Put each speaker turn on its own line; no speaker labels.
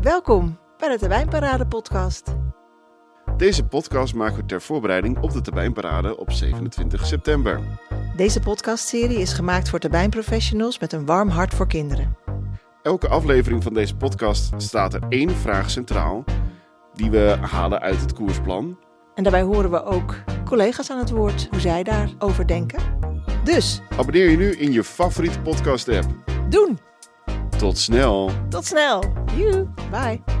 Welkom bij de Terwijnparade podcast.
Deze podcast maken we ter voorbereiding op de Tabijnparade op 27 september.
Deze podcastserie is gemaakt voor terwijnprofessionals met een warm hart voor kinderen.
Elke aflevering van deze podcast staat er één vraag centraal die we halen uit het koersplan.
En daarbij horen we ook collega's aan het woord hoe zij daarover denken. Dus,
Abonneer je nu in je favoriete podcast app.
doen!
Tot snel!
Tot snel! Joe, bye!